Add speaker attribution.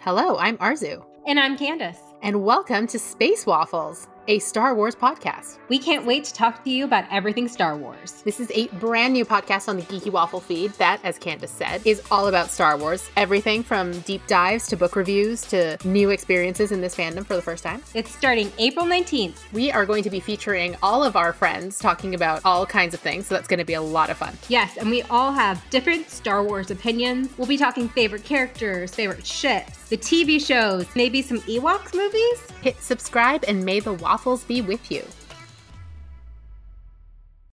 Speaker 1: Hello, I'm Arzu,
Speaker 2: And I'm Candace.
Speaker 1: and welcome to Space Waffles, a Star Wars podcast.
Speaker 2: We can't wait to talk to you about everything Star Wars.
Speaker 1: This is a brand new podcast on the Geeky Waffle feed that, as Candace said, is all about Star Wars. Everything from deep dives to book reviews to new experiences in this fandom for the first time.
Speaker 2: It's starting April 19th.
Speaker 1: We are going to be featuring all of our friends talking about all kinds of things, so that's going to be a lot of fun.
Speaker 2: Yes, and we all have different Star Wars opinions. We'll be talking favorite characters, favorite ships, the TV shows, maybe some Ewoks movies.
Speaker 1: Hit subscribe and may the waffles be with you.